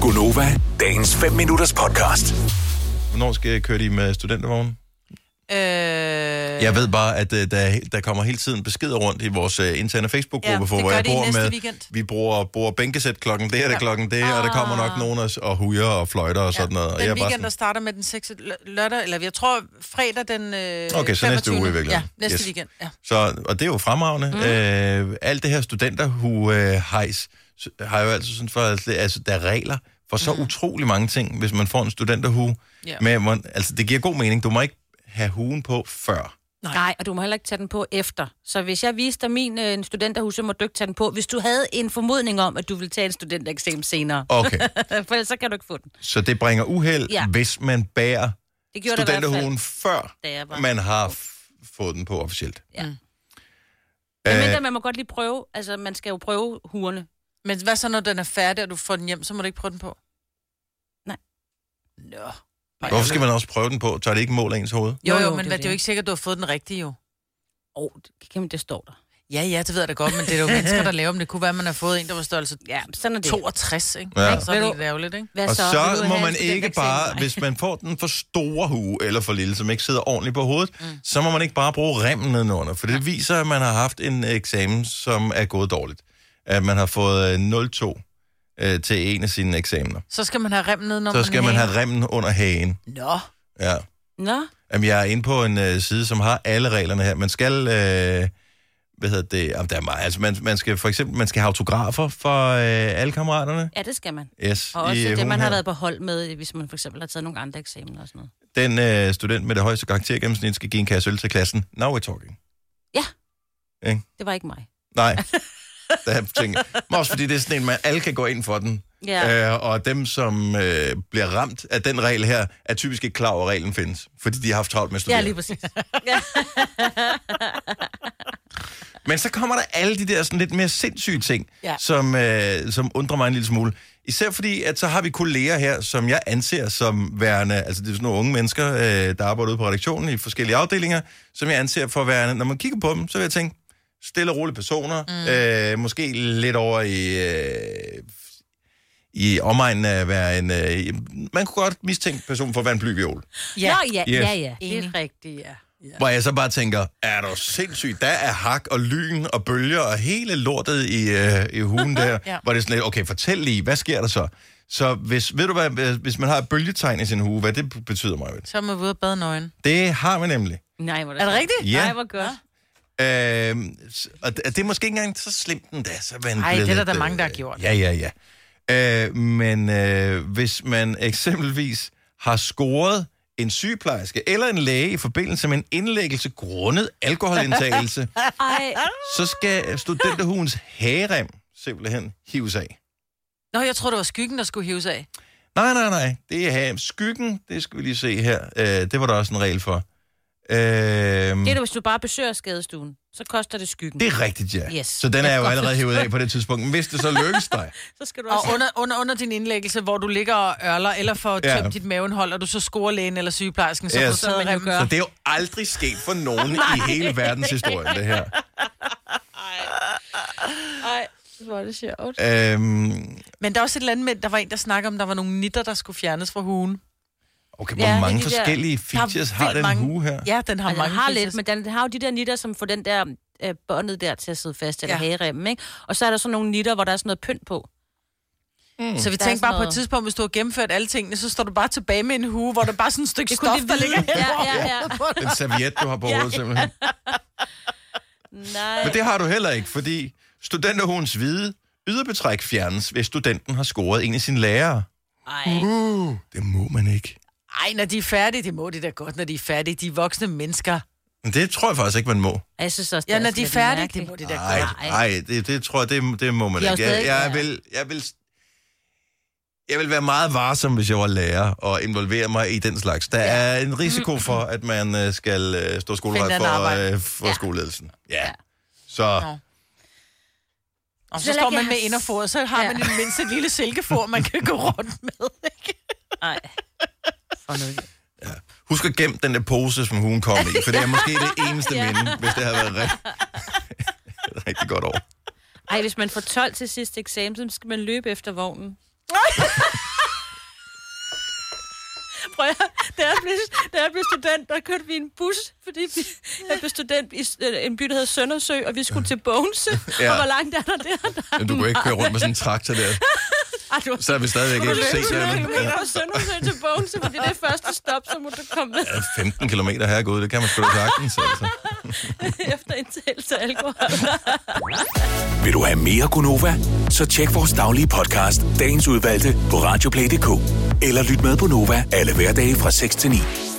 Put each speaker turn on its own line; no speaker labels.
Gunova, dagens 5 minutters podcast.
Hvornår skal jeg køre de med studentervognen?
Øh,
Jeg ved bare, at uh, der, der kommer hele tiden beskeder rundt i vores uh, interne Facebook-gruppe,
Ja,
for
det
hvor
gør
jeg
de i
bor
næste
med.
weekend.
Vi bruger, bruger bænkesæt klokken det, og det klokken det, og der kommer nok nogen og, og huger og fløjter og sådan noget. Og
den
jeg er bare
Ah. weekend, der
sådan,
starter med den 6. lø- lørdag, eller jeg tror fredag den øh,
Okay, så næste
25..
uge i virkeligheden.
Ja, næste
Yes.
yes. weekend. Ja.
så, og det er jo fremragende. Mm. Øh, alt det her studenterhue-hejs har jeg jo altid syntes, for, at det- altså, der er regler for så mm. utrolig mange ting, hvis man får en studenterhue.
Ja.
Yeah. Med, hvor- altså, det giver god mening. Du må ikke have huen på før.
Nej, og du må heller ikke tage den på efter. Så hvis jeg viste dig min øh, en studenterhus, så må du ikke tage den på, hvis du havde en formodning om, at du ville tage en studentereksamen senere.
Okay,
For ellers så kan du ikke få den.
så det bringer uheld,
Ja.
hvis man bærer
Det gjorde det i hvert fald.
studenterhuen før
da jeg var-
man Øh. har f- fået den på officielt. Øh,
Ja. Mm.
Æh,
Men man må godt lige prøve. Altså, man skal jo prøve hurene.
Men hvad så, når den er færdig, og du får den hjem, så må du ikke prøve den på?
Nej.
Nå.
hvorfor skal man også prøve den på? Tager det ikke mål af ens hoved?
Jo,
Jo,
jo,
jo,
men
det er
hvad, det er jo
det.
ikke sikkert, du har fået den rigtige, jo.
Åh, oh, det, kan- det står der.
Ja, ja, det ved jeg da godt, men det er jo mennesker, der laver dem. Det kunne være, at man har fået en, der var størrelse
Ja, sådan er det.
62, ikke?
Ja.
Så er det lidt ærgerligt, ikke?
Hvad
Og
så, Vil
så
du
må
have en
man ikke
studentereksamen?
bare,
Nej.
hvis man får den for store hue eller for lille, som ikke sidder ordentligt på hovedet, mm. så må man ikke bare bruge remmen nedenunder, for det viser, at man har haft en eksamen, som er gået dårligt. At man har fået øh, 0,2 øh, til en af sine eksamener.
Så skal man have rem nedenom.
Så
og
skal
den
man
hænger.
have remmen under hagen.
Nå.
Ja.
Nå,
Jamen, jeg er inde på en øh, side, som har alle reglerne her. Man skal... Øh, hvad hedder det? Jamen, der er meget. Altså, man, man skal for eksempel man skal have autografer for øh, alle kammeraterne.
ja, det skal man.
Yes,
Og også
øh,
det,
hun
man har
her.
været på hold med, hvis man for eksempel har taget nogle andre eksamener og sådan noget.
Den øh, student med det højeste karaktergennemsnit skal give en kasse øl til klassen. Now we're talking.
Det var ikke mig.
Nej. der er ting. Men også fordi det er sådan en, man alle kan gå ind for den.
Ja,
Ja. Øh, og dem, som øh, bliver ramt af den regel her, er typisk ikke klar over, at reglen findes. Fordi de har haft travlt med at studere.
ja lige præcis. ja.
Men så kommer der alle de der sådan lidt mere sindssyge ting, ja.
Ja.
som, øh, som undrer mig en lille smule. Især fordi, at så har vi kolleger her, som jeg anser som værende, altså det er sådan nogle unge mennesker, øh, der arbejder ude på redaktionen i forskellige afdelinger, som jeg anser for værende, når man kigger på dem, så vil jeg tænke, stille og rolige personer, mm. øh, måske lidt over i, øh, i omegnen af at være en, øh, man kunne godt mistænke personen for at være en blyviol.
Ja. Nå, ja,
Yes.
ja, ja. Det er
Enig.
rigtigt, ja.
Hvor jeg så bare tænker, er du sindssyg? Der er hak og lyn og bølger og hele lortet i, øh, i hugen der. ja.
Ja.
Hvor det er sådan lidt, okay, fortæl lige, hvad sker der så? Så hvis, ved du hvad, hvis- hvis man har et bølgetegn i sin hue, hvad det b- betyder mig?
Så er man ude og bade nøgen.
Det har man nemlig.
Nej, hvor
Er det
sjovt.
rigtigt?
Ja.
Nej, hvor godt.
Øhm, s- og det, det er måske ikke engang så slemt endda. Så er man
Ej,
blevet
det er der
lidt,
da mange, der har
øh,
gjort.
Ja, ja, ja. Øh, men øh, hvis man eksempelvis har scoret en sygeplejerske eller en læge i forbindelse med en indlæggelse grundet alkoholindtagelse,
Ej,
så skal studenterhugens hagerem simpelthen hives af.
Nå, jeg tror det var skyggen, der skulle hives af.
Nej, nej, nej. Det er hagerem. Skyggen, det skal vi lige se her. Øh, det var der også en regel for. Øh,
det er
det,
du, hvis du bare besøger skadestuen, så koster det skyggen.
det er rigtigt, ja.
Yes.
Så den er
Jeg
jo
kan
allerede
godt
hævet af på det tidspunkt. Men hvis det så lykkes dig,
Så skal du
Og
også...
under, under, under din indlæggelse, hvor du ligger og ørler, eller får
Ja.
ja. tømt dit mavenhold, og du så scorer lægen eller sygeplejersken, så
Ja,
yes. du
så
taget
man jo
remmen.
gør.
så det er jo aldrig sket for nogen i hele verdenshistorien, det her.
Ej, hvor er det
Øh,
sjovt.
Øhm,
Men der er også et eller andet med, der var en, der snakkede om, der var nogle nitter, der skulle fjernes fra hugen.
okay,
Ja,
hvor
det er
mange
de der-
forskellige
Der er
features har
vildt
den hue her?
Ja, den har
Altså,
mange
den har
features.
lidt, men den den har jo de der nitter, som får den der øh, båndet der til at sidde fast, eller ja.
Ja.
hageremmen, ikke? Og så er der sådan nogle nitter, hvor der er sådan noget pynt på.
Så vi
Der er
tænkte bare
sådan
på et
noget-
tidspunkt, hvis du har gennemført alle tingene, så står du bare tilbage med en hue, hvor der bare er sådan et stykke
Det kunne
stof,
de
der
vide.
ligger
Ja,
henover.
ja, ja.
Den serviet, du har på hovedet, simpelthen.
Nej.
Men det har du heller ikke, fordi studenterhugens hvide yderbetræk fjernes, hvis studenten har scoret en af sine lærere.
Ej.
Uh, det må man ikke.
Ej, når de er færdige, det må de da godt, når de er færdige. De er voksne mennesker.
Men det tror jeg faktisk ikke, man må.
Jeg synes også, det
Ja, når
sådan
de er
lidt
færdige, det
mærkeligt.
må de da
Nej,
godt.
nej, det, det tror jeg, det, det må man
De har
ikke.
jo
Jeg,
stadig-
jeg,
ja.
vil, jeg, vil, jeg vil være meget varsom, hvis jeg var lærer, og involvere mig i den slags. Der er en risiko for, at man øh, skal øh, stå skolevej
Finde et
for,
arbejde.
øh, for
Ja.
skoleledelsen. Ja.
Ja.
Så
Og så
Selv
står
ikke
man med
jeres-
inderforet, så har
Ja.
man i det mindste et lille silkefor, man kan gå rundt med.
Ej. For noget.
husk at gemme den der pose, som hun kom i, for det er måske det eneste minde, hvis det har været rigtig, rigtig godt over.
Ej, hvis man får 12 til sidste eksamen, så skal man løbe efter vognen. tror jeg, da jeg, blev, da jeg blev student, der kørte vi en bus, fordi vi, jeg blev student i øh, en by, der hedder Søndersø, og vi skulle til Bogense.
Ja.
Ja. Og hvor langt er der der?
Jamen, du kan jo ikke køre rundt med sådan en traktor der.
Ej, du
Så er vi stadigvæk ikke set
Du kan
det.
ikke fra Søndersø til Bogense, fordi det er første stop, så må du komme med
15 km her er gået, det kan man sgu da sagtens. Altså.
efter indtagelse af alkohol.
Vil du have mere Gunova? Så tjek vores daglige podcast, dagens udvalgte, på radioplay.dk. Eller lyt med på Nova alle hverdage fra 6 til 9.